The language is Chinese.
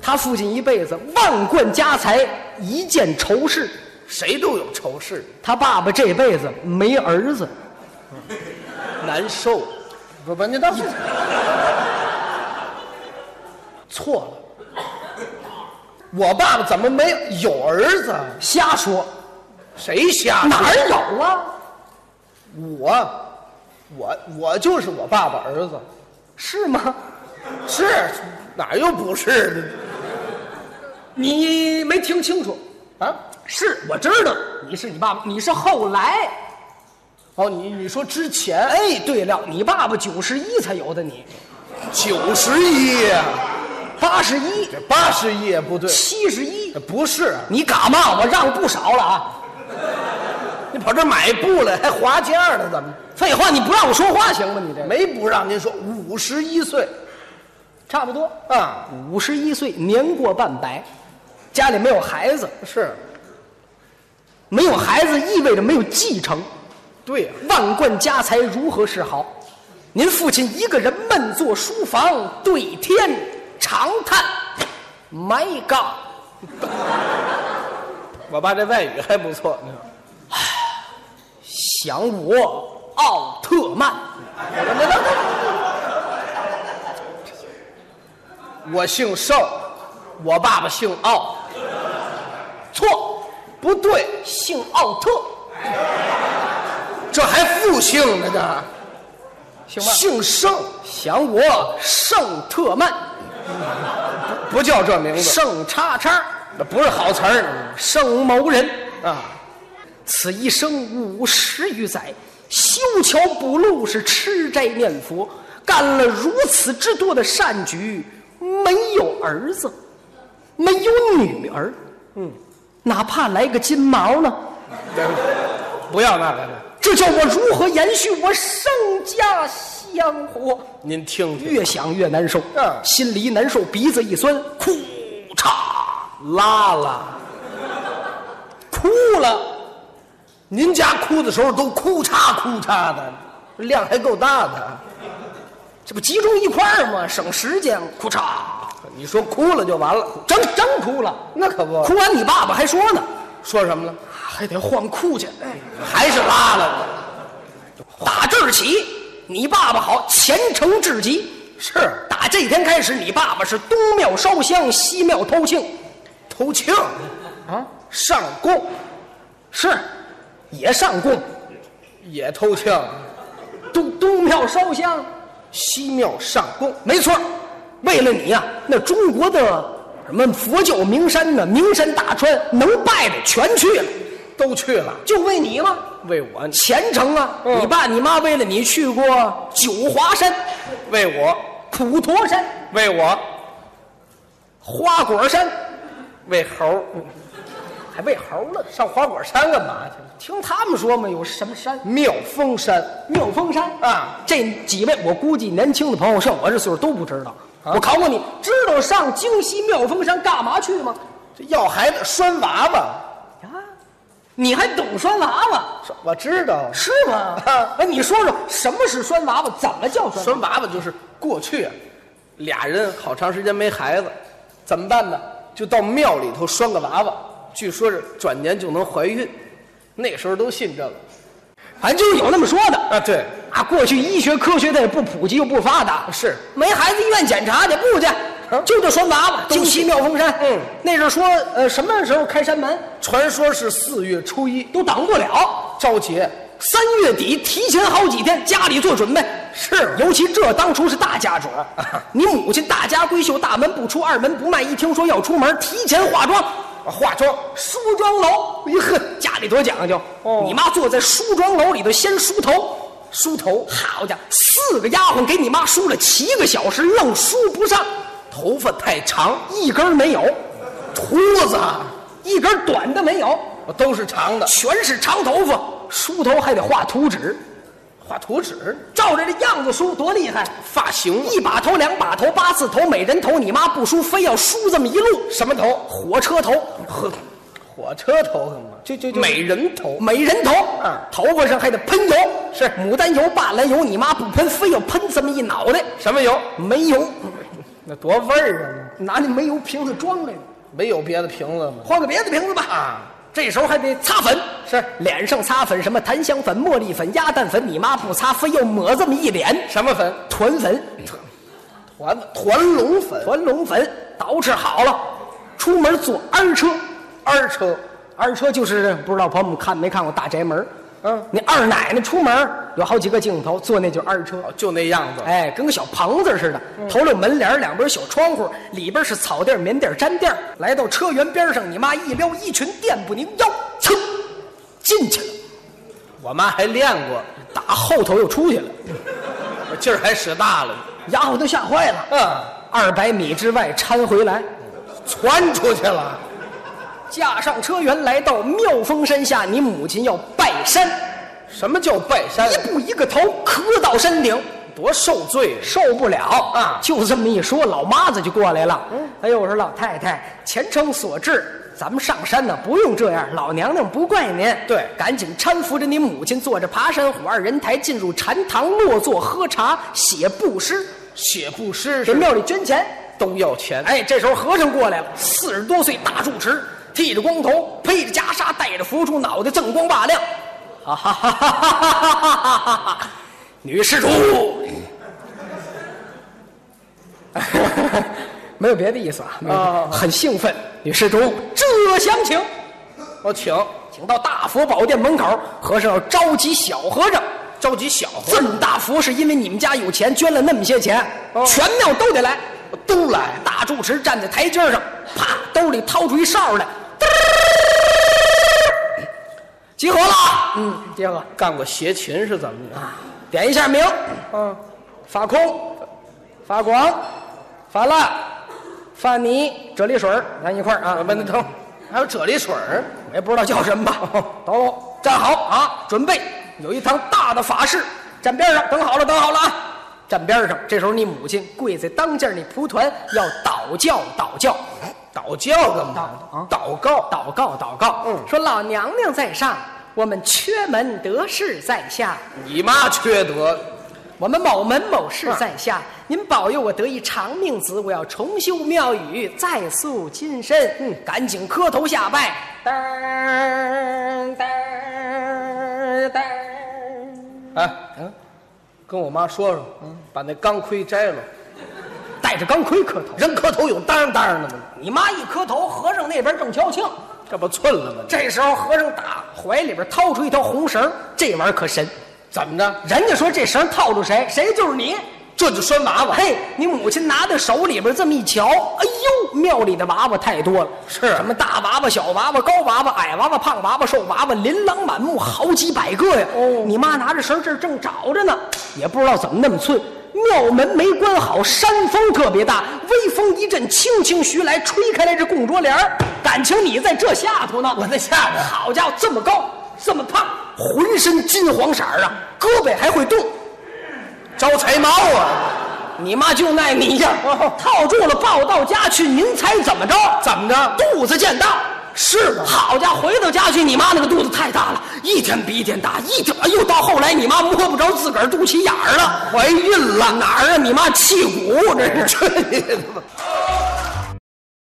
他父亲一辈子万贯家财，一件仇事。谁都有仇视，他爸爸这辈子没儿子， 难受。不不，那倒 是错了，我爸爸怎么没有有儿子？啊瞎说，谁瞎说？哪儿有啊？我，我我就是我爸爸儿子，是吗？是哪儿又不是呢？你没听清楚，啊？是我知道你是你爸爸，你是后来。哦，你你说之前哎，对了，你爸爸九十一才有的你，九十一，八十一、这八十一也不对，七十一，不是你嘎嘛？我让不少了啊！你跑这儿买布来还划价呢？怎么？废话，你不让我说话行吗？你这没不让您说五十一岁差不多啊？五十一岁，年过半百，家里没有孩子，是，没有孩子意味着没有继承，对呀、万贯家财如何是好？您父亲一个人闷坐书房，对天长叹：“My God，我爸这外语还不错呢。想我奥特曼。”我姓邵，我爸爸姓奥，错，不对，姓奥特，这还复姓呢，这行姓盛，想我圣特曼，不叫这名字，圣叉叉，那不是好词儿圣某人。啊。此一生五十余载，修桥补路是吃斋念佛，干了如此之多的善举，没有儿子，没有女儿，嗯，哪怕来个金毛呢，不要那个，这叫我如何延续我盛家香火？您听听，越想越难受，嗯心里一难受，鼻子一酸，哭嚓拉拉，哭了，您家哭的时候都哭嚓哭嚓的，量还够大的。这不集中一块儿吗？省时间，哭嚓，你说哭了就完了，真真哭了，那可不哭完你爸爸还说呢，啊说什么了，还得换裤去，哎还是拉了。打这儿起，你爸爸好虔诚至极。是打这天开始，你爸爸是东庙烧香，西庙偷庆，偷情啊，上供是，也上供，也偷情，东东庙烧香，西庙上供没错儿，为了你呀、那中国的什么佛教名山呢，名山大川能拜的全去了，都去了，就为你吗？为我，虔诚啊！嗯你爸你妈为了你去过九华山、为我，普陀山、为我，花果山，为猴，还喂猴了。上花果山干嘛去了？听他们说嘛，有什么山？妙峰山妙峰山啊！这几位我估计年轻的朋友像我这岁数都不知道。啊我考考你，知道上京西妙峰山干嘛去吗？这要孩子拴娃娃，啊，你还懂拴娃娃是我知道，是吗？啊哎，你说说什么是拴娃娃？怎么叫拴娃娃？拴娃娃就是过去啊，俩人好长时间没孩子，怎么办呢？就到庙里头拴个娃娃，据说是转年就能怀孕，那时候都信这个反正就是有那么说的。啊。对，啊，过去医学科学它也不普及又不发达，是没孩子医院检查去不去嗯，就这拴娃娃，都京西妙峰山，嗯，那是说呃什么时候开山门传说是四月初一都挡不了，昭节，三月底提前好几天家里做准备，是尤其这当初是大家主， 你母亲大家闺秀，大门不出二门不迈，一听说要出门，提前化妆。化妆梳妆楼，哎呵，家里多讲究。哦你妈坐在梳妆楼里头，先梳头，梳头，好家伙，四个丫鬟给你妈梳了七个小时，愣梳不上，头发太长，一根儿没有，啊秃子一根儿短的没有，我都是长的，全是长头发，梳头还得画图纸，画图纸，照着这样子梳多厉害！发型一把头、两把头、八字头、美人头，你妈不梳，非要梳这么一路，什么头？火车头，呵，火车头干嘛？就就就美人头，美人头，嗯头发上还得喷油，是牡丹油、霸兰油，你妈不喷，非要喷这么一脑袋，什么油？没油，那多味儿啊！拿那煤油瓶子装来的，没有别的瓶子吗？换个别的瓶子吧。啊，这时候还得擦粉，是脸上擦粉，什么檀香粉、茉莉粉、鸭蛋粉，你妈不擦，非要抹这么一脸，什么粉？团粉、团团龙粉，团龙粉，捯饬好了，出门坐二车，二车二车就是不知道朋友们看没看过《大宅门》？嗯，那二奶奶出门有好几个镜头，坐那就是二车，哦就那样子。哎，跟个小棚子似的，头里有门帘儿，两边有小窗户，里边是草地儿、棉地儿、毡地儿。来到车辕边上，你妈一撩衣裙，垫步拧腰，噌，进去了，我妈还练过，打后头又出去了，我劲儿还使大了，丫鬟都吓坏了。嗯，二百米之外搀回来，窜出去了。驾上车辕，来到妙峰山下，你母亲要拜山，什么叫拜山？一步一个头磕到山顶。多受罪啊！受不了啊嗯就这么一说，老妈子就过来了。哎呦，我说老太太，前程所致，咱们上山呢，不用这样，老娘娘不怪您。对赶紧搀扶着你母亲，坐着爬山虎二人抬进入禅堂，落座喝茶，写布诗，写布诗给是庙里捐钱。都要钱，哎，这时候和尚过来了，四十多岁大住持，剃着光头，披着袈裟，戴着佛珠，脑袋锃光瓦亮。哈哈哈哈哈哈哈哈哈哈！女施主，没有别的意思啊，没有别的啊很兴奋。女施主，这厢请，我请请到大佛宝殿门口。和尚要召集小和尚，召集小和这么大佛是因为你们家有钱，捐了那么些钱，哦全庙都得来。都来，大住持站在台阶上，啪，兜里掏出一哨来，嘚儿集合了。嗯，集合干过协琴是怎么的？啊，点一下名，嗯，法空、法广、法烂、法泥、啫喱水儿，咱一块儿啊啊，。问疼，还有啫喱水儿，我也不知道叫什么吧。都站好啊，准备有一堂大的法事，站边上，等好了，等好了啊，站边上。这时候你母亲跪在当间儿那蒲团要祷教祷教。祷教干嗯祷嘛？啊祷告，祷告祷告，嗯说老娘娘在上，我们缺门得势在下，你妈缺德，我们某门某事在下，您保佑我得一长命子，我要重修庙宇，再塑金身。嗯，赶紧磕头下拜。噔儿噔儿噔儿，哎，嗯，跟我妈说说，嗯把那钢盔摘了，带着钢盔磕头。人磕头有当当的吗？你妈一磕头，和尚那边正矫情。这不寸了吗？这时候和尚打怀里边掏出一条红绳儿，这玩意儿可神。怎么着？人家说这绳儿套住谁，谁就是你。这就拴娃娃，嘿，你母亲拿在手里边这么一瞧，哎呦，庙里的娃娃太多了，是啊什么大娃娃、小娃娃、高娃娃、矮娃娃、胖娃娃、瘦娃娃，琳琅满目，好几百个呀。哦你妈拿着绳儿这儿正找着呢，也不知道怎么那么寸。庙门没关好，山风特别大，微风一阵轻轻徐来，吹开来这供桌帘儿感情你在这下头呢，我在下边好家伙，这么高，这么胖，浑身金黄色儿啊，胳膊还会动。招财猫啊？你妈就赖你呀哦！套住了，抱到家去，您猜怎么着？怎么着？肚子见大。是吗好家伙，回到家去，你妈那个肚子太大了，一天比一天大，一天哎呦，到后来你妈摸不着自个儿肚哦脐眼儿了，怀孕了哪儿啊？你妈气鼓这是。去你的吧！